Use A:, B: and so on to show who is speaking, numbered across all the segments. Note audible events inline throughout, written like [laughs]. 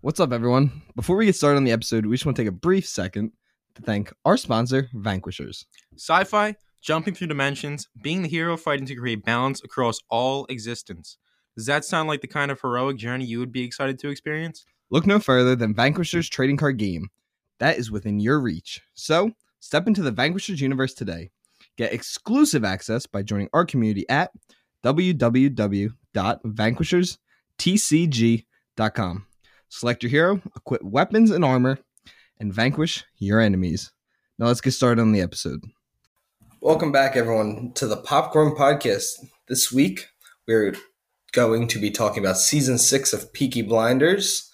A: What's up, everyone? Before we get started on the episode, we just want to take a brief second to thank our sponsor, Vanquishers.
B: Sci fi, jumping through dimensions, being the hero fighting to create balance across all existence. Does that sound like the kind of heroic journey you would be excited to experience?
A: Look no further than Vanquishers trading card game. That is within your reach. So, step into the Vanquishers universe today. Get exclusive access by joining our community at www.vanquisherstcg.com. Select your hero, equip weapons and armor, and vanquish your enemies. Now let's get started on the episode. Welcome back, everyone, to the Popcorn Podcast. This week, we're going to be talking about season six of Peaky Blinders.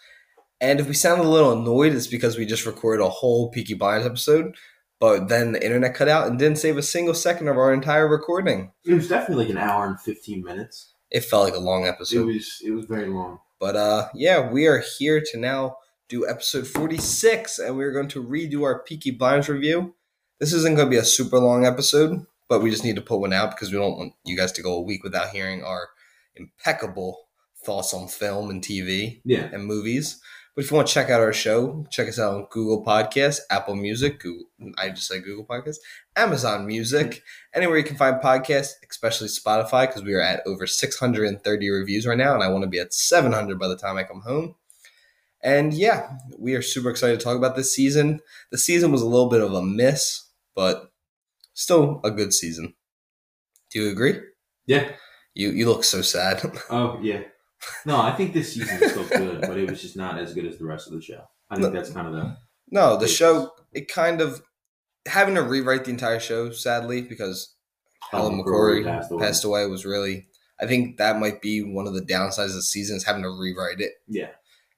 A: And if we sound a little annoyed, it's because we just recorded a whole Peaky Blinders episode, but then the internet cut out and didn't save a single second of our entire recording.
C: It was definitely like an hour and fifteen minutes.
A: It felt like a long
C: It
A: episode.
C: was it was very long.
A: But uh, yeah, we are here to now do episode 46, and we're going to redo our Peaky Blinders review. This isn't going to be a super long episode, but we just need to put one out because we don't want you guys to go a week without hearing our impeccable thoughts on film and TV
C: Yeah.
A: and movies. But if you want to check out our show, check us out on Google Podcasts, Apple Music, Google, I just said Google Podcasts, Amazon Music, anywhere you can find podcasts, especially Spotify, because we are at over 630 reviews right now, and I want to be at 700 by the time I come home. And yeah, we are super excited to talk about this season. The season was a little bit of a miss, but still a good season. Do you agree?
C: Yeah.
A: You you look so sad. [laughs]
C: Oh yeah. No, I think this season is still good, but it was just not as good as the rest of the show. I think that's kind of the
A: No, the
C: Please.
A: show it kind of having to rewrite the entire show, sadly, because Helen McCrory passed away was really I think that might be one of the downsides of the season is having to rewrite it.
C: Yeah.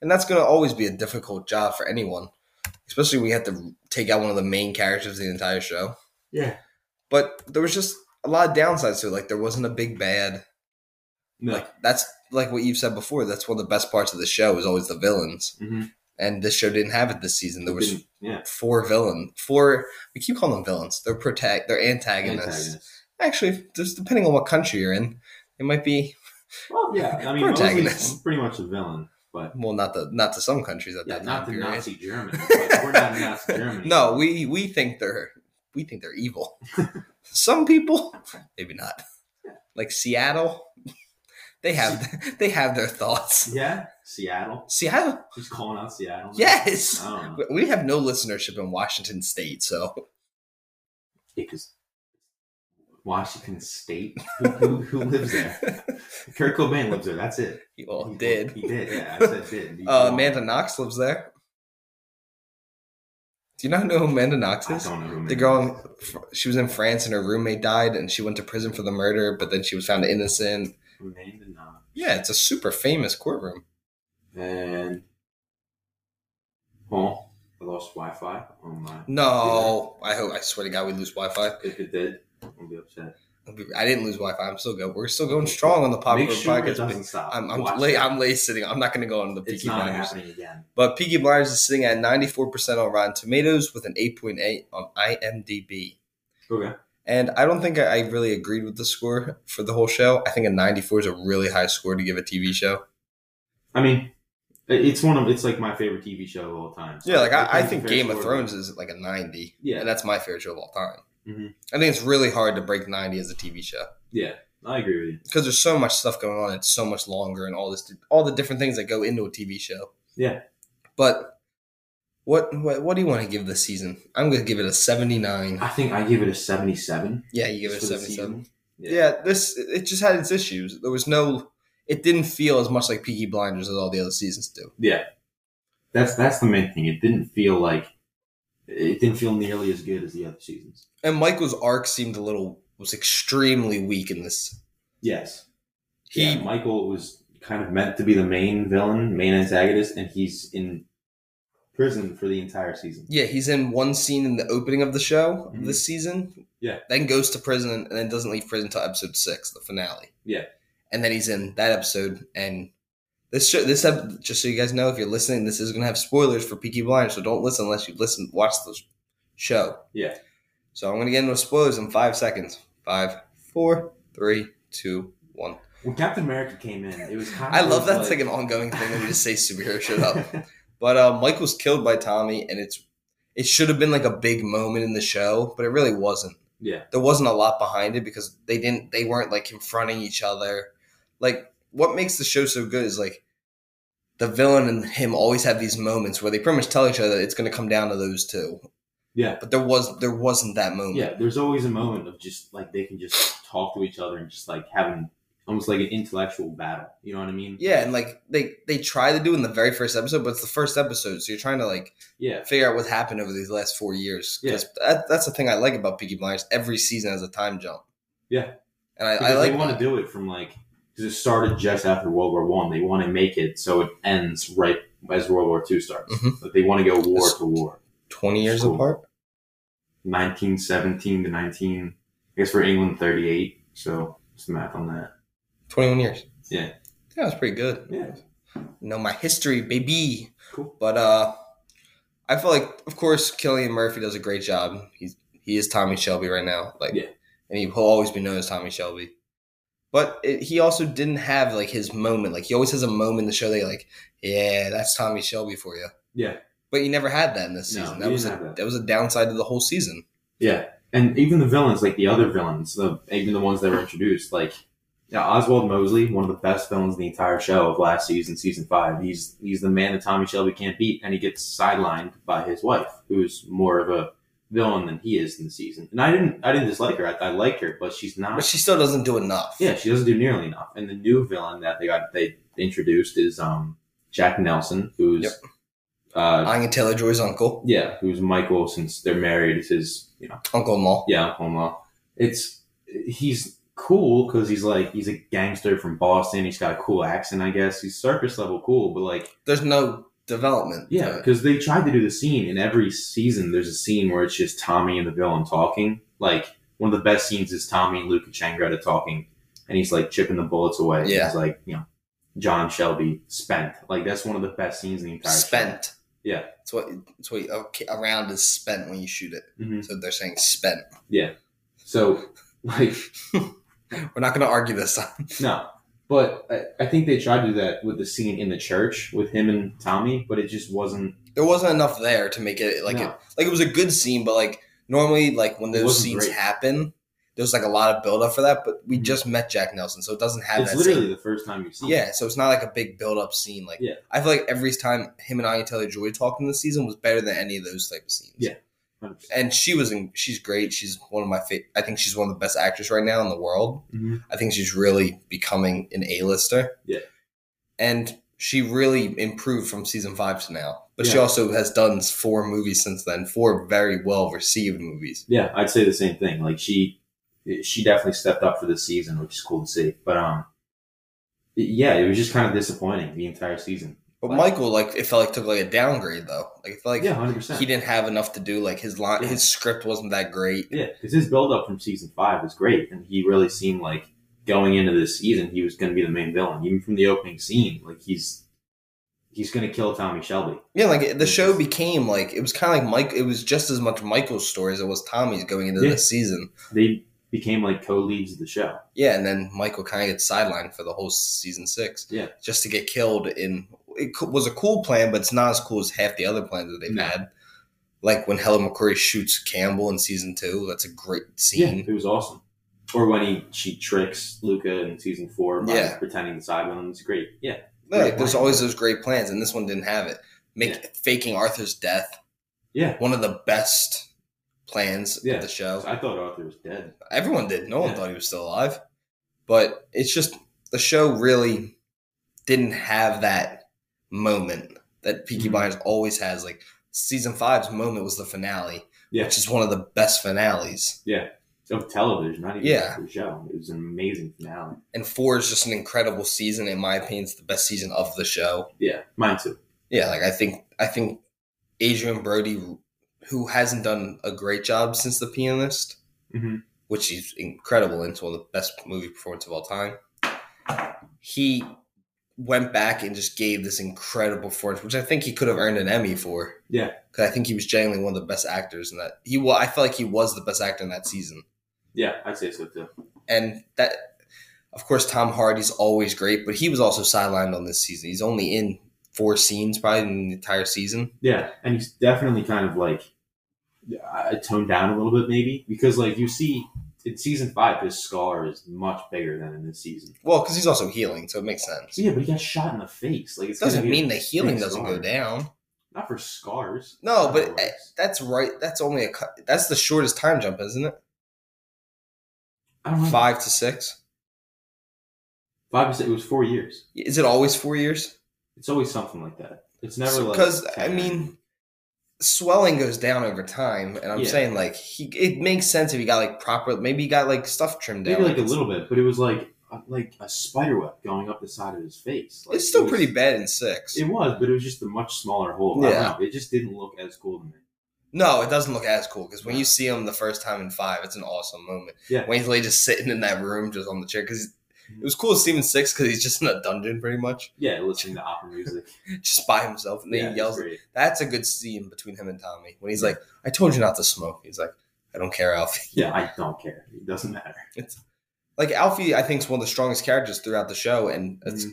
A: And that's gonna always be a difficult job for anyone. Especially when you have to take out one of the main characters of the entire show.
C: Yeah.
A: But there was just a lot of downsides to it. Like there wasn't a big bad.
C: No.
A: Like that's like what you've said before. That's one of the best parts of the show is always the villains.
C: Mhm.
A: And this show didn't have Mm-hmm. it this season. There was
C: Didn't- yeah.
A: four villain four we keep calling them villains they're protect they're antagonists
C: Antagonists.
A: actually just depending on what country you're in it might be
C: Well, yeah. I mean,
A: Protagonists.
C: mostly, I'm pretty much a villain, but
A: well not the not to some countries at
C: yeah,
A: that
C: not
A: time
C: the
A: period. [laughs]
C: Nazi Germany. But we're not Nazi Germany.
A: no we we think they're we think they're
C: [laughs]
A: evil some people maybe not like seattle they
C: [laughs]
A: have they have their thoughts
C: Yeah. Seattle.
A: seattle
C: Just calling out Seattle.
A: yes
C: I don't know.
A: We- we have no listenership in washington state so
C: because Washington State. Who, who, who lives there?
A: [laughs]
C: Kurt Cobain lives there. That's it.
A: you all
C: He-
A: did
C: He did. Yeah, I said
A: [laughs]
C: did. He-
A: Uh, Amanda Knox lives there. Do you not know who Amanda Knox
C: I
A: is?
C: don't know who
A: The
C: Amanda
A: girl,
C: Knox
A: in, fr- she was in France and her roommate died, and she went to prison for the murder, but then she was found innocent.
C: is. Amanda Knox.
A: Yeah, it's a super famous courtroom.
C: And oh, I lost Wi-Fi. Oh my!
A: No, I hope. I swear to God, we lose Wi-Fi.
C: If it did, I'll be upset.
A: I didn't lose Wi-Fi. I'm still good. We're still going strong on the popular
C: Make sure it
A: podcast.
C: doesn't stop.
A: I'm I'm
C: Watch
A: late.
C: it.
A: I'm late sitting. I'm not going to go on the
C: It's
A: Peaky
C: not
A: Blinders.
C: happening again.
A: But Peaky Blinders is sitting at 94% on Rotten Tomatoes with an 8.8 on IMDb.
C: Okay.
A: And I don't think I I really agreed with the score for the whole show. I think a 94 is a really high score to give a TV show.
C: I mean, it- it's one of it's like my favorite TV show of all time. So
A: Yeah, like
C: it's
A: I, I
C: a
A: think
C: fair
A: Game of
C: score.
A: Thrones is like a 90.
C: Yeah.
A: And that's my favorite show of all time.
C: Mhm.
A: I think it's really hard to break 90 as a TV show
C: Yeah, I agree with you.
A: because there's so much stuff going on. It's so much longer and all this, all the different things that go into a TV show.
C: Yeah.
A: But what what, what do you want to give this season? I'm going to give it a 79.
C: I think I give it a seventy-seven.
A: Yeah, you give it a
C: for the
A: 77.
C: season.
A: yeah. this it just had its issues. There was no, it didn't feel as much like Peaky Blinders as all the other seasons do.
C: Yeah, that's that's the main thing. It didn't feel like it didn't feel nearly as good as the other seasons.
A: And Michael's arc seemed a little was extremely weak in this.
C: Yes,
A: He
C: yeah, Michael was kind of meant to be the main villain, main antagonist, and he's in prison for the entire season.
A: yeah, he's in one scene in the opening of the show
C: Mhm.
A: this season.
C: Yeah.
A: then goes to prison and then doesn't leave prison until episode six, the finale.
C: Yeah.
A: and then he's in that episode and. This show, this ep- just so you guys know, if you're listening, this is gonna have spoilers for Peaky Blinders, so don't listen unless you listen watch the show.
C: Yeah,
A: So I'm gonna get into spoilers in five seconds. Five, four, three, two, one.
C: when Captain America came in, it was kind of
A: I love that's
C: like [laughs]
A: like an ongoing thing that we just say superhero showed up. But uh, Michael's killed by Tommy, and it's it should have been like a big moment in the show, but it really wasn't.
C: Yeah.
A: There wasn't a lot behind it because they didn't they weren't like confronting each other. Like what makes the show so good is like the villain and him always have these moments where they pretty much tell each other it's going to come down to those two.
C: Yeah.
A: But there was there wasn't that moment.
C: Yeah. There's always a moment of just like they can just talk to each other and just like having almost like an intellectual battle. You know what I mean?
A: Yeah, and like they they try to do in the very first episode, but it's the first episode, so you're trying to like
C: Yeah.
A: figure out what happened over these last four years. 'Cause that, that's the thing I like about Peaky Blinders. Every season has a time jump.
C: Yeah.
A: and I, I
C: Because
A: like
C: they want to do it from like because it started just after World War One. They want to make it so it ends right as World War Two starts.
A: Mhm.
C: But they want to go war
A: That's-
C: to war.
A: twenty years
C: Cool.
A: apart.
C: 1917 to 19. I guess for England 38. So just math on that.
A: Twenty one years.
C: Yeah.
A: Yeah, that's pretty good.
C: Yeah.
A: Know my history, baby.
C: Cool.
A: But uh I feel like of course Killian Murphy does a great job. He's he is Tommy Shelby right now. Like
C: Yeah.
A: and he'll always be known as Tommy Shelby. But it, he also didn't have like his moment. Like he always has a moment in the show that you're like, yeah, that's Tommy Shelby for you.
C: Yeah.
A: But you never had that in this
C: No,
A: season.
C: you
A: that was
C: didn't
A: a,
C: have that. Uh-huh.
A: that was a downside to the whole season.
C: Yeah. And even the villains, like the other villains, the even the ones that were introduced, like yeah, Oswald Mosley, one of the best villains in the entire show of last season, season five. He's he's the man that Tommy Shelby can't beat, and he gets sidelined by his wife, who's more of a villain than he is in the season. And I didn't I didn't dislike her. I, I liked her, but she's not
A: But she still doesn't do enough.
C: Yeah, she doesn't do nearly enough. And the new villain that they got they introduced is um Jack Nelson, who's
A: Yep.
C: uh
A: I can Taylor Joy's uncle.
C: yeah, who's Michael since they're married, is his you know
A: Uncle Maul.
C: yeah, Homo. It's he's cool because he's like he's a gangster from Boston. He's got a cool accent, I guess. He's surface level cool, but like
A: There's no development. to
C: yeah,
A: it.
C: because they tried to do the scene in every season. There's a scene where it's just Tommy and the villain talking. Like one of the best scenes is Tommy and Luca Changreta talking, and he's like chipping the bullets away.
A: Yeah.
C: he's like you know John Shelby spent. Like that's one of the best scenes in the entire show.
A: spent.
C: Yeah.
A: It's what it's what okay, a round is spent when you shoot it.
C: Mhm.
A: So they're saying spent.
C: So [laughs] like
A: We're not going to argue this [laughs] time.
C: No, but I, I think they tried to do that with the scene in the church with him and Tommy, but it just wasn't
A: There wasn't enough there to make it like
C: No.
A: it like it was a good scene, but like normally like when
C: It
A: those
C: wasn't
A: scenes
C: great.
A: happen, there's like a lot of build up for that. But we
C: Mhm.
A: just met Jack Nelson, so it doesn't have
C: It's
A: that.
C: literally
A: Same,
C: the first time you've seen. it.
A: yeah, so it's not like a big build up scene. Like
C: Yeah.
A: I feel like every time him and Anya Taylor Joy talked in this season was better than any of those type of scenes.
C: Yeah. 100%.
A: And she was in, she's great. She's one of my favorite. I think she's one of the best actors right now in the world.
C: Mhm.
A: I think she's really becoming an A-lister.
C: Yeah.
A: And she really improved from season five to now. But she
C: Yeah.
A: also has done four movies since then, four very well received movies.
C: Yeah, I'd say the same thing. Like she, she definitely stepped up for this season, which is cool to see. But um, yeah, it was just kind of disappointing the entire season.
A: But
C: Wow.
A: Michael, like, it felt like took like a downgrade though. Like it felt like
C: yeah, hundred percent.
A: he didn't have enough to do. Like his line,
C: Yeah.
A: his script wasn't that great.
C: Yeah, because his build up from season five was great, and he really seemed like going into this season he was going to be the main villain, even from the opening scene. Like he's he's going to kill Tommy Shelby.
A: Yeah, like the
C: It
A: show
C: was-
A: became like it was kind of like Mike. It was just as much Michael's story as it was Tommy's going into
C: Yeah.
A: this season.
C: They became like co leads of the show.
A: Yeah, and then Michael kind of gets sidelined for the whole season six.
C: Yeah.
A: just to get killed in it co- was a cool plan, but it's not as cool as half the other plans that they've
C: No.
A: had. Like when Helen McCrory shoots Campbell in season two, that's a great scene.
C: it was awesome. Or when he she tricks Luca in season four by
A: Yeah.
C: pretending to side with him. It's great. Yeah,
A: Yeah,
C: Great
A: there's
C: plan.
A: always those great plans, and this one didn't have it. Make faking Arthur's death
C: yeah.
A: one of the best plans
C: Yeah.
A: of the show.
C: I thought Arthur was dead.
A: Everyone did. No one
C: Yeah.
A: thought he was still alive. But it's just the show really didn't have that moment that Peaky
C: Mhm.
A: Blinders always has. Like season five's moment was the finale,
C: Yeah.
A: which is one of the best finales.
C: Of television, not even
A: Yeah.
C: the show. It was an amazing finale.
A: And four is just an incredible season. In my opinion, it's the best season of the show.
C: Yeah, mine too.
A: Yeah, like I think I think Adrian Brody, who hasn't done a great job since The Pianist,
C: Mhm.
A: which he's incredible and it's one of the best movie performance of all time. He went back and just gave this incredible performance, which I think he could have earned an Emmy for.
C: Yeah.
A: because I think he was genuinely one of the best actors in that. He, well, I felt like he was the best actor in that season,
C: Yeah, I'd say so too.
A: and that, of course, Tom Hardy's always great, but he was also sidelined on this season. He's only in four scenes probably in the entire season.
C: Yeah, and he's definitely kind of like uh, toned down a little bit, maybe because like you see in season five, his scar is much bigger than in this season.
A: Well, because he's also healing, so it makes sense.
C: So, yeah, but he got shot in the face. Like it
A: It doesn't mean the healing doesn't go down.
C: Not for scars.
A: No,
C: Not
A: but
C: for
A: eh,
C: wrecks.
A: that's right. That's only a. cou- That's the shortest time jump, isn't it?
C: I don't know. Five,
A: Five to six.
C: five. is- It was four years.
A: Is it always four years?
C: It's always something like that. It's never like
A: Because I
C: 10.
A: mean, swelling goes down over time, and I'm
C: Yeah.
A: saying like he. It makes sense if he got like proper. Maybe he got like stuff trimmed
C: maybe
A: down.
C: like a little bit, but it was like a, like a spider web going up the side of his face. Like,
A: It's still
C: it was-
A: pretty bad in six.
C: It was, but it was just a much smaller hole. I
A: Yeah.
C: don't know. It just didn't look as cool to me.
A: No, it doesn't look as cool because when you see him the first time in five, it's an awesome moment.
C: Yeah.
A: Wayne's Lee just sitting in that room, just on the chair, because it was cool to see him in six because he's just in a dungeon pretty much,
C: Yeah, listening to
A: [laughs]
C: opera music.
A: just by himself, and then
C: yeah,
A: he yells.
C: it's great.
A: That's a good scene between him and Tommy when he's like, "I told you not to smoke." He's like, "I don't care, Alfie."
C: Yeah, I don't care. It doesn't matter.
A: [laughs] Like Alfie, I think is one of the strongest characters throughout the show, and it's
C: Mm-hmm.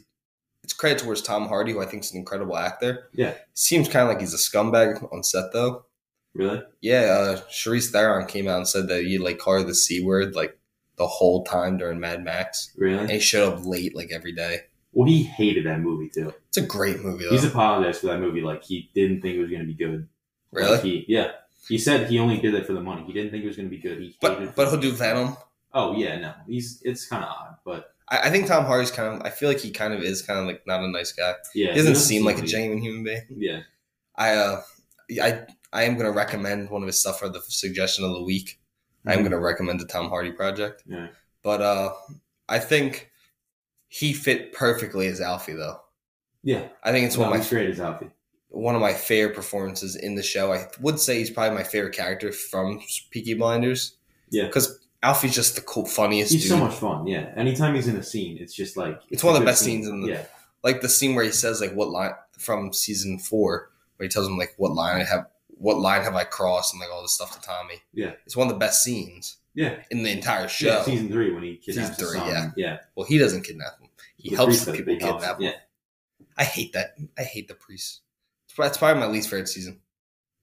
A: it's credit towards Tom Hardy, who I think is an incredible actor.
C: Yeah.
A: seems kind of like he's a scumbag on set though.
C: Really?
A: Yeah, uh, Charlize Theron came out and said that you like call her the c word like the whole time during Mad Max, and
C: Really?
A: he showed up late like every day.
C: Well, he hated that movie too.
A: It's a great movie though.
C: He's apologized for that movie. Like he didn't think it was going to be good. Like,
A: really,
C: he, yeah. He said he only did that for the money. He didn't think it was going to be good. He hated
A: but but he'll do Venom.
C: Oh yeah, no. He's it's kind of odd, but
A: I, I think Tom Hardy's kind of. I feel like he kind of is kind of like not a nice guy.
C: yeah,
A: He doesn't seem like a genuine human being.
C: Yeah,
A: I uh, I I am gonna recommend one of his stuff for the suggestion of the week. I am gonna recommend the Tom Hardy project.
C: Mm-hmm. Yeah.
A: But uh, I think he fit perfectly as Alfie though.
C: yeah.
A: I think it's
C: It's
A: one
C: no,
A: of my
C: he's great as Alfie.
A: one of my favorite performances in the show. I would say he's probably my favorite character from Peaky Blinders.
C: Yeah.
A: because Alfie's just the cool, funniest
C: He's
A: dude.
C: so much fun. Yeah. Anytime he's in a scene, it's just like
A: It's one of
C: a
A: the
C: good
A: best scenes in the-
C: yeah.
A: like the scene where he says like what line from season four, where he tells him like what line I have, what line have I crossed, and like all this stuff to Tommy.
C: Yeah.
A: it's one of the best scenes
C: Yeah.
A: in the entire show.
C: yeah. Season three when he kidnaps
A: Season
C: his
A: three,
C: son.
A: yeah.
C: yeah.
A: well, he doesn't kidnap him; he
C: The
A: helps
C: priest
A: the
C: that
A: people
C: big helps.
A: kidnap him.
C: Yeah.
A: I hate that. I hate the priest. It's prob- It's probably my least favorite season.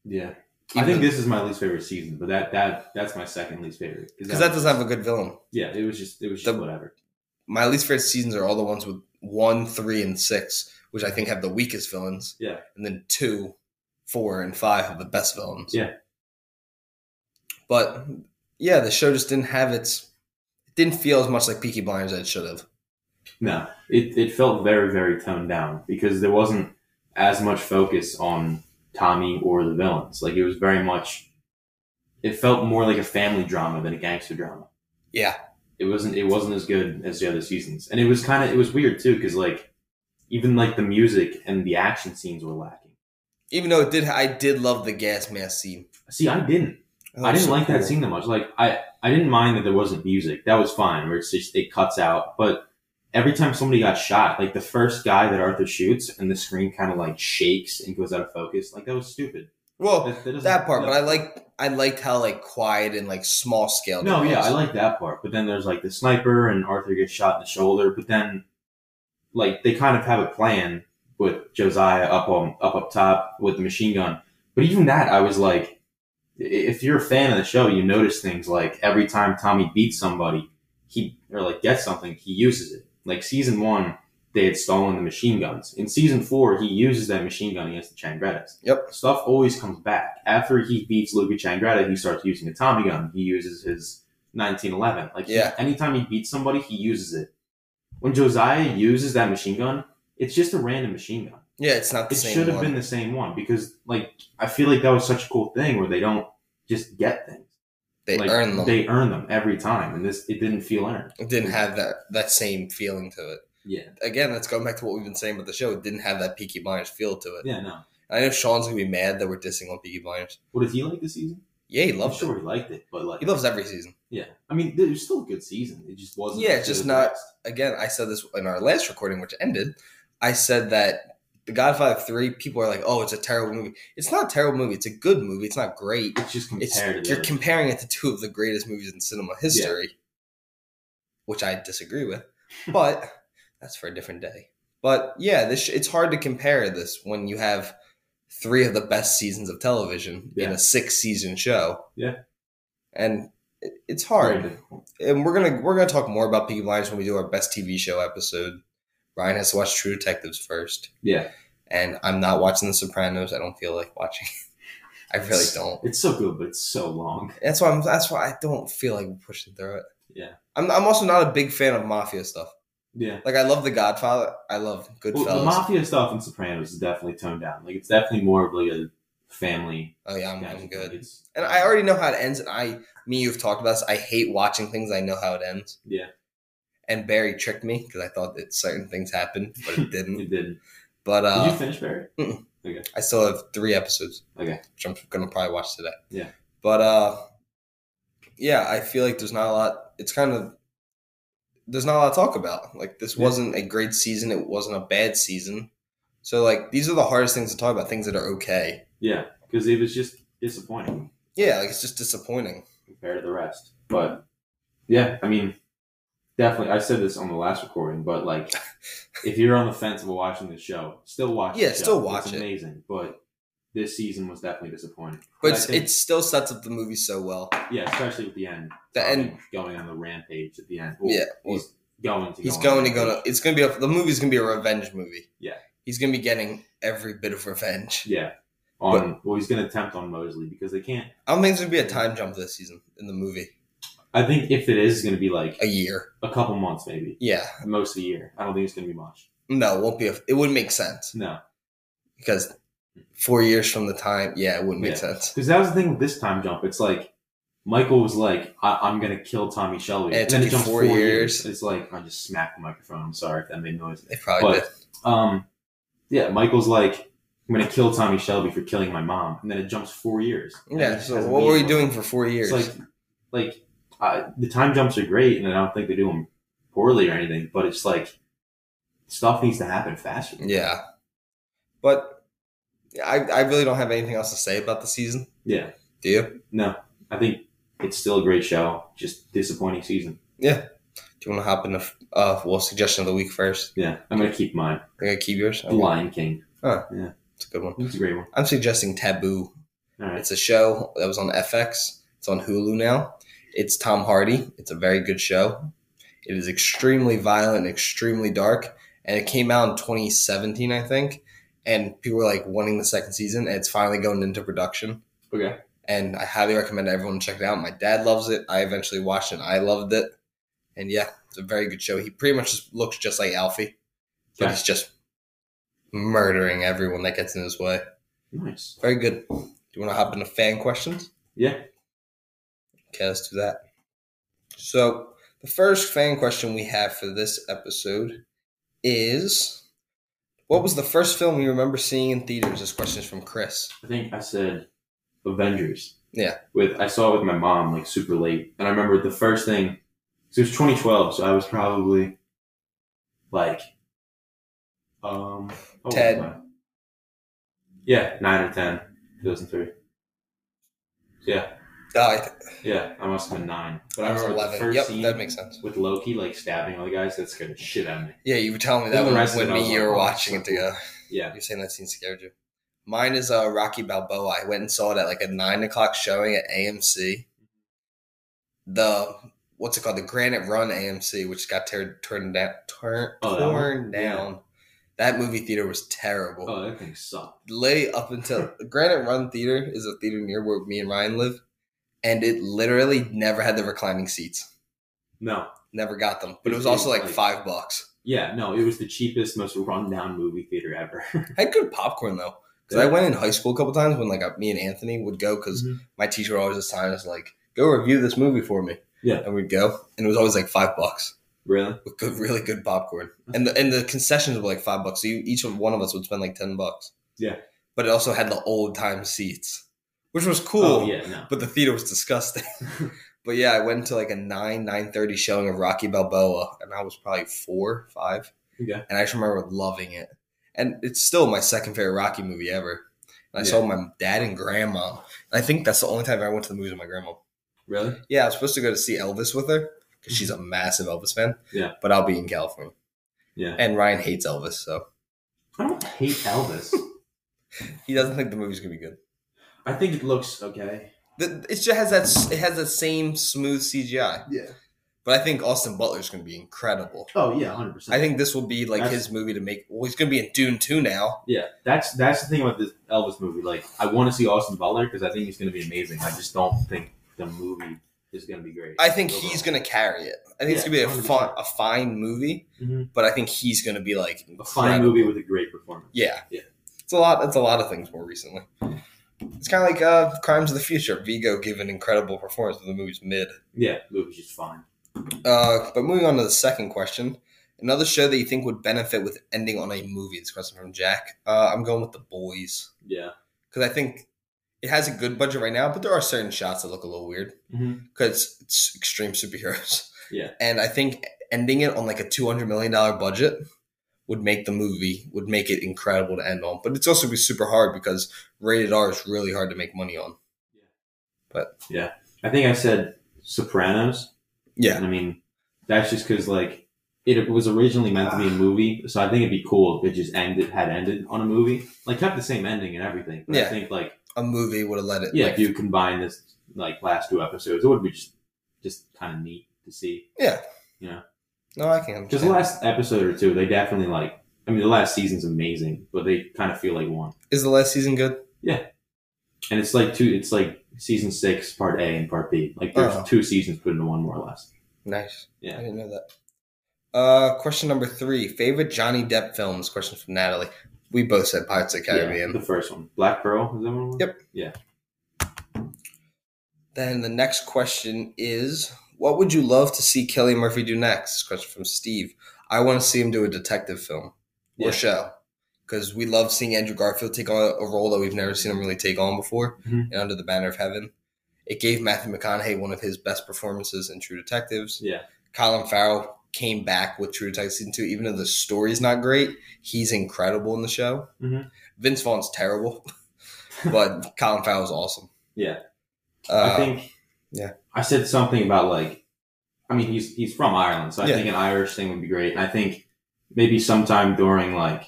C: Yeah. I think this is my least favorite season, but that that that's my second least favorite
A: because that doesn't have a good villain.
C: Yeah, it was just it was just
A: The-
C: whatever.
A: my least favorite seasons are all the ones with one, three, and six, which I think have the weakest villains.
C: Yeah.
A: And then two, four, and five have the best villains.
C: Yeah.
A: But yeah, the show just didn't have its. It didn't feel as much like Peaky Blinders as it should have.
C: No, it it felt very very toned down because there wasn't as much focus on Tommy or the villains. Like it was very much. It felt more like a family drama than a gangster drama.
A: Yeah.
C: It wasn't. It wasn't as good as the other seasons, and it was kind of. It was weird too, because like, even like the music and the action scenes were lacking.
A: Even though it did, I did love the gas mask scene.
C: See, I didn't.
A: Oh,
C: I didn't like that scene that much. Like I, I didn't mind that there wasn't music. That was fine. Where it's just it cuts out. But every time somebody got shot, like the first guy that Arthur shoots, and the screen kind of like shakes and goes out of focus. Like that was stupid.
A: Well,
C: That, doesn't-
A: that part,
C: no.
A: but I like. I liked how like quiet and like small scale.
C: No,
A: that
C: yeah,
A: was.
C: I like that part. But then there's like the sniper, and Arthur gets shot in the shoulder. But then, like they kind of have a plan with Josiah up on up up top with the machine gun. But even that, I was like, i- if you're a fan of the show, you notice things like every time Tommy beats somebody, he or like gets something, he uses it. Like season one, they had stolen the machine guns. In season four, he uses that machine gun against the Changrettas.
A: Yep.
C: Stuff always comes back. After he beats Luca Changretta, he starts using a Tommy gun. He uses his 1911. Like, he-
A: Yeah.
C: anytime he beats somebody, he uses it. When Josiah uses that machine gun, it's just a random machine gun.
A: Yeah, it's not the
C: It
A: same.
C: should have
A: one.
C: been the same one because, like, I feel like that was such a cool thing where they don't just get things.
A: They
C: like,
A: earned them.
C: They earn them every time, and this it didn't feel earned.
A: It didn't have that that same feeling to it.
C: Yeah.
A: again, that's going back to what we've been saying about the show. It didn't have that Peaky Blinders feel to it.
C: Yeah. No.
A: I know Sean's gonna be mad that we're dissing on Peaky Blinders.
C: What did he like this season?
A: Yeah, he
C: I'm
A: loves
C: sure
A: it.
C: he liked it, but like,
A: He loves every season.
C: yeah. I mean, it was still a good season. It just wasn't.
A: Yeah,
C: as good
A: just
C: as
A: not-
C: the rest.
A: Again, I said this in our last recording, which ended. I said that The Godfather Three. People are like, "Oh, it's a terrible movie." It's not a terrible movie. It's a good movie. It's not great.
C: It's just compared
A: It's
C: to the
A: you're
C: other-
A: comparing it to two of the greatest movies in cinema [laughs] history, which I disagree with. But that's for a different day. But yeah, this it's hard to compare this when you have three of the best seasons of television in
C: Yeah.
A: a six season show.
C: Yeah.
A: and it, it's
C: Very
A: hard.
C: difficult.
A: And we're gonna we're gonna talk more about Peaky Blinders when we do our best TV show episode. Ryan has to watch True Detectives first,
C: Yeah,
A: and I'm not watching The Sopranos. I don't feel like watching. [laughs] it. I really don't.
C: it's so good, but it's so long.
A: That's why I'm. That's why I don't feel like pushing through it.
C: Yeah,
A: I'm. I'm also not a big fan of mafia stuff.
C: yeah.
A: Like I love The Godfather. I love
C: Well,
A: Goodfellas.
C: the mafia stuff in Sopranos is definitely toned down. Like it's definitely more of like a family.
A: oh yeah, I'm,
C: action.
A: I'm good.
C: It's-
A: And I already know how it ends. And I, me, and you've talked about this. I hate watching things I know how it ends.
C: Yeah.
A: And Barry tricked me because I thought that certain things happened, but
C: [laughs]
A: it didn't.
C: It did.
A: but uh,
C: Did you finish Barry?
A: I still have three episodes.
C: Okay.
A: Which I'm gonna probably watch today.
C: Yeah.
A: But uh yeah, I feel like there's not a lot it's kind of there's not a lot to talk about. Like this
C: Yeah.
A: wasn't a great season, it wasn't a bad season. So like these are the hardest things to talk about, things that are okay.
C: Yeah, because it was just disappointing
A: Yeah, like it's just disappointing.
C: compared to the rest. But yeah, I mean, definitely. I said this on the last recording,
A: [laughs]
C: but like, if you're on the fence about watching the show, still watch.
A: Yeah,
C: the show.
A: still watch
C: it's
A: it.
C: Amazing, but this season was definitely disappointing.
A: But
C: I
A: it's,
C: think-
A: it still sets up the movie so well.
C: yeah, especially with the end.
A: The
C: Tommy
A: end
C: going on the rampage at the end.
A: Yeah, well,
C: he's going to.
A: he's
C: go
A: going
C: on
A: to go to it's gonna be a the movie's gonna be a revenge movie.
C: Yeah.
A: He's gonna be getting every bit of revenge.
C: Yeah, on well, he's going to attempt on Mosley because they can't.
A: I don't think there's gonna be a time jump this season in the movie.
C: I think if it is, it's going to be like
A: A year.
C: a couple months, maybe
A: Yeah.
C: most of a year. I don't think it's going to be much.
A: No, it won't be. A, it wouldn't make sense
C: No,
A: because four years from the time, yeah, it wouldn't make
C: Yeah.
A: sense.
C: Because that was the thing with this time jump. It's like Michael was like, I- "I'm gonna kill Tommy Shelby,"
A: And it took you
C: jumps
A: four years.
C: It's like I just smacked the microphone. I'm sorry if that made noise.
A: They probably
C: But- Um, yeah, Michael's like, "I'm gonna kill Tommy Shelby for killing my mom," and then it jumps four years.
A: did.
C: And it
A: Yeah.
C: just
A: So
C: hasn't
A: what
C: been
A: were you
C: like-
A: doing for four years?
C: It's like, like uh, the time jumps are great, and I don't think they do them poorly or anything. But it's like stuff needs to happen faster.
A: yeah. But I, I really don't have anything else to say about the season.
C: Yeah.
A: Do you?
C: No, I think it's still a great show. Just disappointing season.
A: Do you want to hop into uh, well suggestion of the week first?
C: Yeah, I'm gonna keep mine.
A: I think I keep yours.
C: The Lion King.
A: It's a good one.
C: It's a great one.
A: I'm suggesting Taboo.
C: All right.
A: It's a show that was on FX. It's on Hulu now. It's Tom Hardy. It's a very good show. It is extremely violent, extremely dark, and it came out in 2017, I think. And people were like wanting the second season, and it's finally going into production.
C: Okay.
A: And I highly recommend everyone check it out. My dad loves it. I eventually watched it. And I loved it. And yeah, it's a very good show. He pretty much just looks just like Alfie, but
C: Yeah.
A: he's just murdering everyone that gets in his way.
C: Nice.
A: Very good. Do you want to hop into fan questions?
C: Yeah.
A: Okay, let's do that. So, the first fan question we have for this episode is What was the first film you remember seeing in theaters? This question is from Chris.
C: I think I said Avengers.
A: Yeah.
C: With I saw it with my mom like super late, and I remember the first thing. So it was 2012, so I was probably like, um, how old
A: Ten.
C: was I? Yeah, nine or ten, 2003. Yeah,
A: Oh, I th-
C: yeah, I must have been nine. But I
A: I was
C: remember the
A: 11.
C: first
A: Yep,
C: scene
A: that makes sense.
C: with Loki like stabbing all the guys. That scared the shit out of me.
A: Yeah, you were telling me
C: Then
A: that
C: the
A: when,
C: rest of
A: when
C: it, I was
A: me you
C: like,
A: were
C: oh,
A: watching
C: so
A: it together.
C: Yeah,
A: You're saying that scene scared you. Mine is uh, Rocky Balboa. I went and saw it at like a nine o'clock showing at AMC. The what's it called? The Granite Run AMC, which got tear, turned down, turn,
C: Oh, that one?
A: torn down. That movie theater was terrible.
C: oh, that thing sucked.
A: Lay up until Granite Run Theater is a theater near where me and Ryan live, and it literally never had the reclining seats.
C: No,
A: Never got them, but it
C: It's
A: was also
C: like-
A: like five bucks.
C: Yeah, no, it was the cheapest, most rundown movie theater ever. [laughs]
A: had good popcorn though, because I went in high school a couple times when like I- me and Anthony would go because
C: Mhm.
A: my teacher would always assign us like go review this movie for me.
C: Yeah.
A: and we'd go, and it was always like five bucks
C: really?
A: with good, really good
C: [laughs]
A: popcorn, and the and the concessions were like five bucks. So you, each one of us would spend like ten bucks.
C: Yeah.
A: but it also had the old time seats, which was cool.
C: Oh yeah, no.
A: But the theater was disgusting. [laughs] but yeah, I went to like a nine nine thirty showing of Rocky Balboa, and I was probably four five.
C: Okay.
A: And I just remember loving it, and it's still my second favorite Rocky movie ever. And I saw my dad and grandma. And I think that's the only time I went to the movies with my grandma.
C: Really?
A: Yeah, I was supposed to go to see Elvis with her because she's a massive Elvis fan.
C: Mm-hmm. Yeah.
A: But I'll be in California.
C: Yeah.
A: And Ryan hates Elvis, so
C: I don't hate
A: [laughs]
C: Elvis.
A: he doesn't think the movie's gonna be good.
C: I think it looks okay.
A: The- It just has that. s- It has that same smooth CGI,
C: Yeah.
A: but I think Austin Butler's gonna be incredible.
C: Oh yeah, hundred percent.
A: I think this will be like
C: That's-
A: his movie to make. Well, he's gonna be in Dune two now.
C: Yeah, that's that's the thing about this Elvis movie. Like, I want to see Austin Butler because I think he's going to be amazing. I just don't think the movie is going to be great.
A: I think he's gonna carry it. I think it's
C: Yeah,
A: gonna be a
C: 100%.
A: fun, a fine movie,
C: Mhm.
A: but I think he's gonna be like
C: a fine
A: incredible.
C: movie with a great performance.
A: Yeah,
C: Yeah.
A: It's a lot. It's a lot of things more recently. It's kind of like uh, Crimes of the Future. Vigo gave an incredible performance, but the movie's mid.
C: Yeah, the movie's just fine.
A: Uh, but moving on to the second question, another show that you think would benefit with ending on a movie. This question from Jack. Uh, I'm going with The Boys
C: Yeah,
A: because I think it has a good budget right now, but there are certain shots that look a little weird
C: Mhm.
A: because it's extreme superheroes.
C: Yeah.
A: and I think ending it on like a 200 million dollar budget would make the movie would make it incredible to end on. But it's also be super hard because rated R is really hard to make money on.
C: I think I said Sopranos.
A: Yeah,
C: And I mean, that's just because like it was originally meant to
A: Ah.
C: be a movie, so I think it'd be cool if it just ended had ended on a movie, like kept the same ending and everything. But I
A: Yeah.
C: think like
A: a movie would have let it.
C: yeah,
A: like,
C: if you combine this like last two episodes, it would be just just kind of neat to see.
A: no, I can. understand.
C: Because the last episode or two, they definitely like. I mean, the last season's amazing, but they kind of feel like one.
A: is the last season good?
C: And it's like two. It's like season six, part A and part B. Like there's
A: Oh.
C: two seasons put into one, more or less.
A: Nice.
C: Yeah.
A: I didn't know that. Uh, question number three: Favorite Johnny Depp films? Question from Natalie. We both said Pirates of the Caribbean.
C: the first one, Black Pearl. Is that one?
A: Yep. Then the next question is: What would you love to see Kelly Murphy do next? This question from Steve. I want to see him do a detective film
C: Yeah.
A: or show because we love seeing Andrew Garfield take on a, a role that we've never seen him really take on before
C: Mhm.
A: in Under the Banner of Heaven. It gave Matthew McConaughey one of his best performances in True Detectives.
C: Yeah.
A: Colin Farrell came back with True Detective season two, even though the story's not great, he's incredible in the show.
C: Mhm.
A: Vince Vaughn's terrible, [laughs] but Colin Farrell's awesome.
C: Yeah.
A: Uh,
C: I think.
A: yeah.
C: I said something about like. I mean, he's he's from Ireland, so I
A: Yeah.
C: think an Irish thing would be great. And I think maybe sometime during like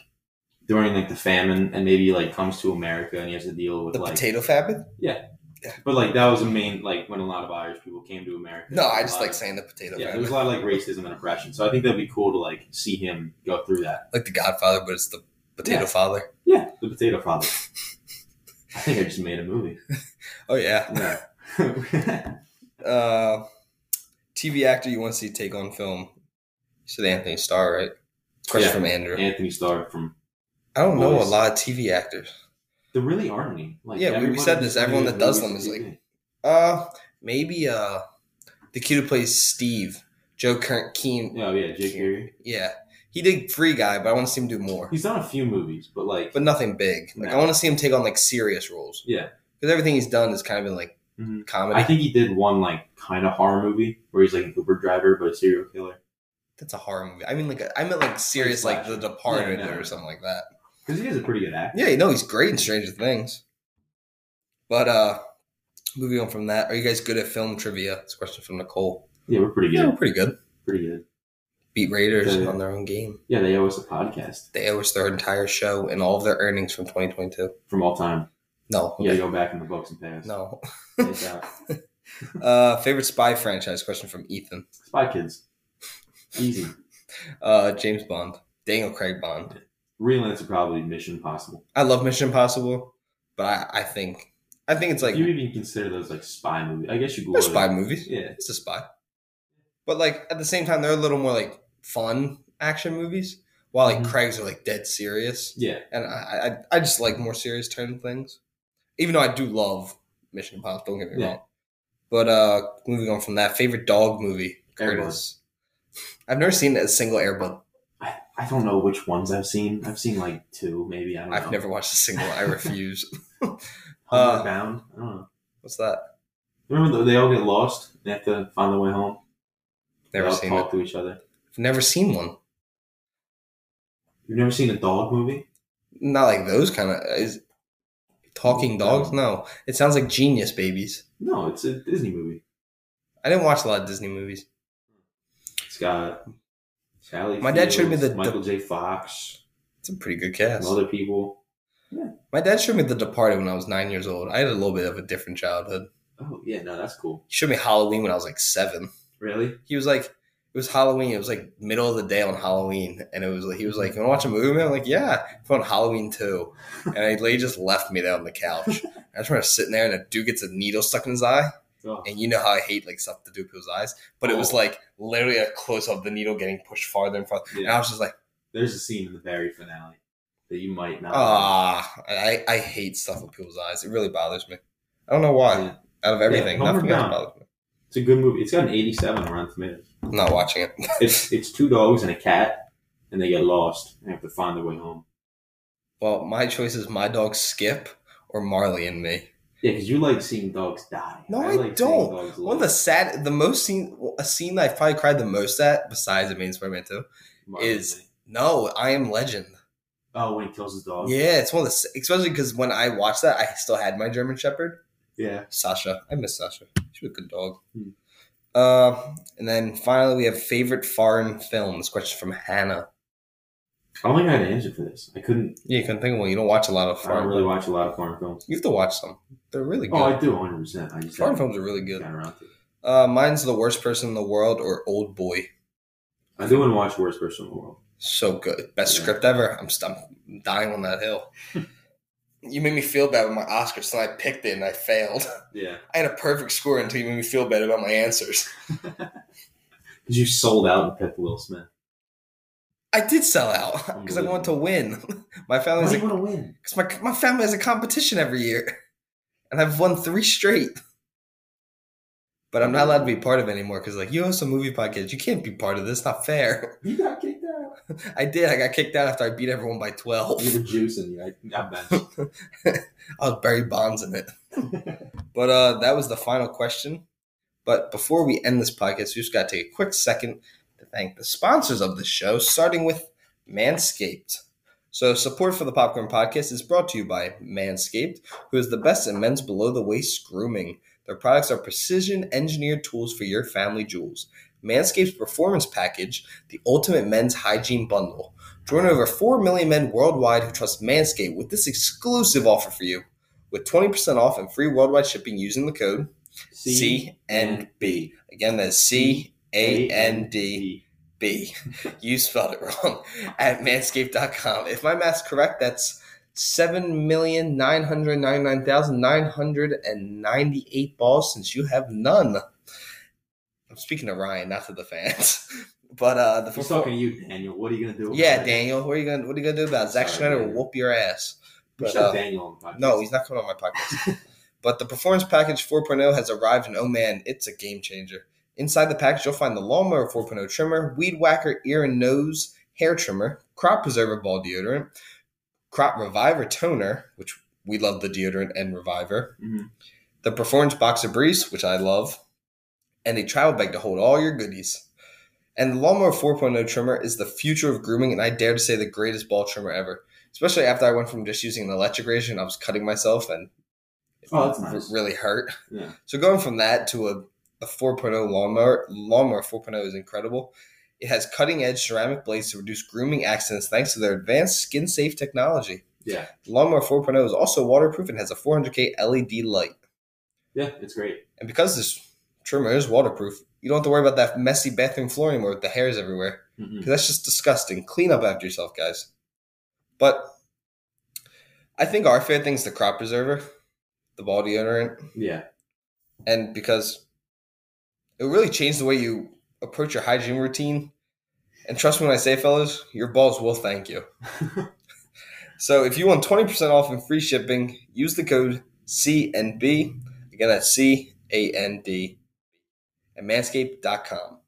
C: during like the famine, and maybe like comes to America and he has to deal with
A: the
C: like
A: potato famine.
C: But like that was the main like when a lot of Irish people came to America.
A: No, I
C: A
A: just
C: lot
A: like
C: of-
A: saying the potato
C: Yeah, there was
A: famine,
C: a lot of like racism and oppression. So I think that'd be cool to like see him go through that.
A: like the Godfather, but it's the potato
C: Yeah.
A: father.
C: Yeah, the potato
A: [laughs]
C: father. I think I just made a movie.
A: Oh yeah.
C: No.
A: Uh, TV actor you want to see take on film? You said Anthony Starr, right? Question
C: Yeah.
A: from Andrew.
C: [laughs] Anthony Starr from
A: I don't know a
C: Boys.
A: lot of TV actors.
C: there really aren't any. Like
A: Yeah, we- we
C: everybody
A: said
C: just
A: this, everyone
C: made
A: that does
C: movies
A: them is
C: and
A: like-
C: TV.
A: Uh, maybe uh, the kid who plays Steve, Joe Kern- Keen.
C: Oh yeah, Jake Carey.
A: Yeah, he did Free Guy, but I want to see him do more,
C: He's done a few movies, but like
A: but nothing big. Like I
C: No.
A: want to see him take on like serious roles.
C: Yeah.
A: because everything he's done has kind of been like
C: Mhm.
A: comedy.
C: I think he did one like kind of horror movie where he's like an Uber driver but a serial killer.
A: That's a horror movie. I mean, like I meant like serious, like The
C: slasher.
A: Departed
C: Yeah, no.
A: or something like that.
C: Because he is a pretty good actor.
A: Yeah, you know he's great in Stranger Things. But uh, moving on from that, are you guys good at film trivia? It's a question from Nicole.
C: Yeah, we're pretty
A: Yeah,
C: good.
A: we're pretty good.
C: Pretty good.
A: Beat Raiders
C: Yeah.
A: on their own game.
C: Yeah, they owe us a podcast
A: They owe us their entire show and all of their earnings from 2022.
C: from all time.
A: No.
C: You gotta go back in the books and pay us.
A: No. [laughs]
C: It's, uh,
A: Uh, favorite spy franchise question from Ethan.
C: Spy Kids. Easy.
A: Uh, James Bond. Daniel Craig Bond.
C: Real answer probably Mission Possible.
A: I love Mission Impossible, but I, I think I think it's like
C: Like, you even consider those like spy movies. I guess you
A: they're
C: would.
A: spy movies.
C: Yeah.
A: It's a spy. But like at the same time, they're a little more like fun action movies. While like
C: Mhm.
A: Craig's are like dead serious.
C: Yeah.
A: And I, I I just like more serious turn of things. Even though I do love Mission Impossible, don't get me
C: Yeah.
A: wrong. But uh moving on from that, favorite dog movie,
C: Air Bud.
A: Curtis. I've never seen a single Airbud.
C: I, I don't know which ones I've seen. I've seen like two, maybe. I don't know.
A: I've never watched a single I
C: [laughs]
A: refuse.
C: Homeward
A: uh,
C: Bound. I don't know.
A: What's that?
C: Remember the, they all get lost. They have to find their way home.
A: Never
C: they all
A: seen it.
C: talk to each other.
A: I've never seen one.
C: You've never seen a dog movie?
A: Not like those kind of is talking dogs. No, it sounds like genius babies.
C: No, it's a Disney movie.
A: I didn't watch a lot of Disney movies.
C: It's got Sally
A: My dad showed me
C: Fields,
A: the-
C: Michael J. Fox,
A: It's a pretty good
C: and
A: cast.
C: other people.
A: My dad showed me The Departed when I was nine years old. I had a little bit of a different childhood.
C: Oh yeah, no, that's cool.
A: He showed me Halloween when I was like seven.
C: Really?
A: He was like, it was Halloween. It was like middle of the day on Halloween, and it was like he was like, "You want to watch a movie?" Man? I'm like, "Yeah." It's on Halloween too, and he just left me there on the couch. I just remember sitting there, and a dude gets a needle stuck in his eye,
C: Oh.
A: and you know how I hate like stuff to do people's eyes, but it was
C: Oh.
A: like literally a close up of the needle getting pushed farther and farther, and I
C: Yeah.
A: was just like,
C: There's a scene in the very finale that you might not.
A: "Ah, I, I hate stuff with people's eyes. It really bothers me. I don't know why."
C: Yeah.
A: Out of everything,
C: Homeward
A: nothing else
C: Bound.
A: bothers me.
C: It's a good movie. It's got an 87 around Tomatoes.
A: I'm not watching it.
C: It's
A: [laughs]
C: it's two dogs and a cat, and they get lost and have to find their way home.
A: Well, my choice is my dog Skip or Marley and me.
C: Yeah, because you like seeing dogs die.
A: No, I
C: like
A: don't.
C: seeing dogs
A: One of the
C: live.
A: sad, the most scene, a scene that I probably cried the most at, besides it being Spider Man Two,
C: Marley
A: is
C: May.
A: no, I Am Legend.
C: oh when he kills his dog.
A: Yeah, it's one of the, s- especially because when I watched that, I still had my German Shepherd
C: yeah.
A: Sasha. I miss Sasha. She was a good dog.
C: Hmm.
A: Uh, and then finally, we have favorite foreign films. Question from Hannah.
C: I don't think I had an answer for this. I couldn't.
A: Yeah, you can think of one. You don't watch a lot of
C: I don't
A: foreign.
C: really watch a lot of foreign films.
A: You have to watch some. They're really good.
C: Oh, I do 100. percent I just
A: foreign
C: haven't
A: films are really good.
C: gotten around to it.
A: Uh, mine's the worst person in the world or old boy.
C: I do want to watch Worst Person in the World.
A: So good, best
C: Yeah.
A: script ever. I'm, st- I'm dying on that hill.
C: [laughs]
A: you made me feel bad with my Oscars, so I picked it and I failed. [laughs]
C: Yeah,
A: I had a perfect score until you made me feel bad about my answers.
C: because you sold out and picked Will Smith.
A: I did sell out because I wanted to win. [laughs] My
C: Oh, Why
A: family's
C: do you
A: because
C: want to win?
A: my my family has a competition every year, [laughs] and I've won three straight. But I'm not allowed to be part of it anymore because like you host a movie podcast, you can't be part of this. Not fair. [laughs]
C: You got kicked out.
A: I did. I got kicked out after I beat everyone by twelve.
C: You were juicing. You. I, I bet.
A: I was Barry Bonds in it. but uh, that was the final question. But before we end this podcast, we just got to take a quick second to thank the sponsors of the show, starting with Manscaped. So, support for the Popcorn Podcast is brought to you by Manscaped, who is the best in men's below the waist grooming. Their products are precision engineered tools for your family jewels. Manscaped's Performance Package, the ultimate men's hygiene bundle. Join over 4 million men worldwide who trust Manscaped with this exclusive offer for you with 20% off and free worldwide shipping using the code [laughs] C and B. Again, that's C A N D B. [laughs] You spelled it wrong at manscaped.com. If my math's correct, that's 7,999,998 balls since you have none. I'm speaking to Ryan, not to the fans. [laughs] But uh, the
C: He's talking to you, Daniel. What are you gonna do? about
A: yeah,
C: it?
A: Daniel, what are you gonna what are you gonna do about it? Zack
C: Sorry,
A: Schneider? Will
C: Daniel.
A: whoop your ass.
C: We
A: But,
C: should have
A: uh,
C: Daniel on the podcast.
A: No, he's not coming on my podcast. but the Performance Package 4.0 has arrived, and oh man, it's a game changer. Inside the package, you'll find the Lawnmower 4.0 trimmer, Weed Whacker ear and nose hair trimmer, Crop Preserver ball deodorant, Crop Reviver toner, which we love the deodorant and reviver,
C: Mhm.
A: the Performance Boxer Briefs, which I love, and a travel bag to hold all your goodies. And the Lawnmower 4.0 trimmer is the future of grooming, and I dare to say the greatest ball trimmer ever especially after I went from just using an electric razor and I was cutting myself and it
C: Oh, that's nice.
A: really hurt.
C: Yeah.
A: So going from that to a, a 4.0 lawnmower, lawnmower 4.0 is incredible. It has cutting edge ceramic blades to reduce grooming accidents thanks to their advanced skin safe technology.
C: Yeah.
A: Lawnmower 4.0 is also waterproof and has a 400K LED E light.
C: Yeah, it's great.
A: And because this trimmer is waterproof, you don't have to worry about that messy bathroom floor anymore with the hairs everywhere.
C: Mhm.
A: 'Cause that's just disgusting. Clean up after yourself, guys. But I think our favorite thing is the crop preserver, the ball deodorant,
C: Yeah,
A: and because it really changed the way you approach your hygiene routine. And trust me when I say, fellas, your balls will thank
C: [laughs]
A: you. so if you want 20% off and free shipping, use the code C and B. Again, that's C A N D at manscaped.com.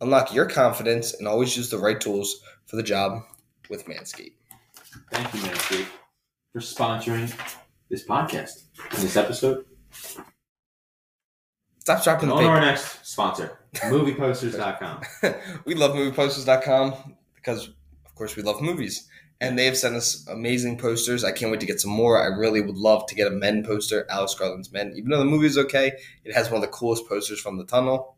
A: Unlock your confidence and always use the right tools for the job with Manscaped.
C: thank you, Manscaped, for sponsoring this podcast and this episode.
A: Stop dropping
C: And
A: the
C: on our
A: paper.
C: next sponsor, movieposters.com.
A: [laughs] we love movieposters.com because, of course, we love movies. And they have sent us amazing posters. I can't wait to get some more. I really would love to get a men poster, Alice Garland's Men. Even though the movie's okay, it has one of the coolest posters from the tunnel.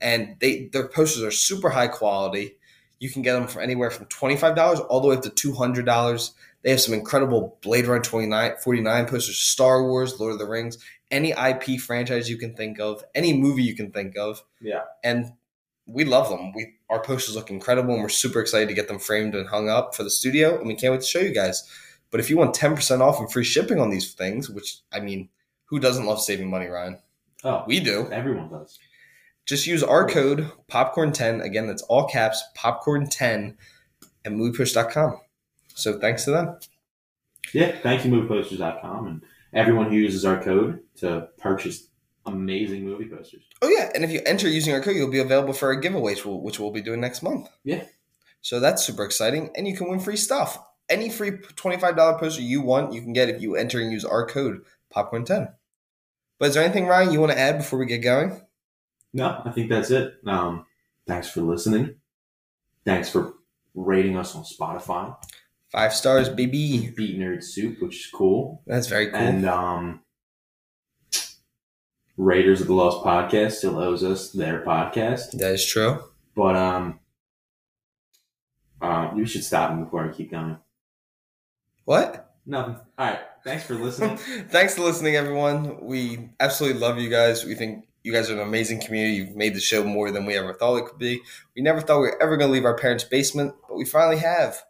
A: And they their posters are super high quality. You can get them for anywhere from $25 all the way up to $200. They have some incredible Blade Runner 29, 49 posters, Star Wars, Lord of the Rings, any IP franchise you can think of, any movie you can think of.
C: Yeah.
A: And we love them. We Our posters look incredible, and we're super excited to get them framed and hung up for the studio, and we can't wait to show you guys. But if you want 10% off and free shipping on these things, which, I mean, who doesn't love saving money, Ryan?
C: Oh,
A: We do.
C: everyone does.
A: Just use our code popcorn10. Again, that's all caps popcorn10 at moviepush.com. So thanks to them.
C: Yeah, thank you, movieposters.com, and everyone who uses our code to purchase amazing movie posters.
A: Oh yeah, and if you enter using our code, you'll be available for our giveaways, which we'll, which we'll be doing next month.
C: Yeah.
A: So that's super exciting, and you can win free stuff. Any free twenty-five dollar poster you want, you can get if you enter and use our code popcorn10. But is there anything, Ryan, you want to add before we get going?
C: No, I think that's it. Um, thanks for listening. Thanks for rating us on Spotify.
A: Five stars, baby.
C: Beat Nerd Soup, which is cool.
A: That's very cool.
C: And um, Raiders of the Lost podcast still owes us their podcast,
A: that is true.
C: but um, uh, you should stop me before I keep going.
A: What?
C: Nothing. All right. Thanks for listening.
A: Thanks for listening, everyone. We absolutely love you guys. We think you guys are an amazing community. You've made the show more than we ever thought it could be. We never thought we were ever going to leave our parents' basement, but we finally have.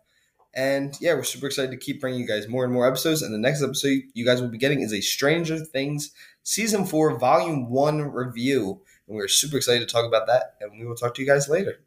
A: And yeah, we're super excited to keep bringing you guys more and more episodes. And the next episode you guys will be getting is a Stranger Things Season 4 Volume 1 review. And we're super excited to talk about that. And we will talk to you guys later.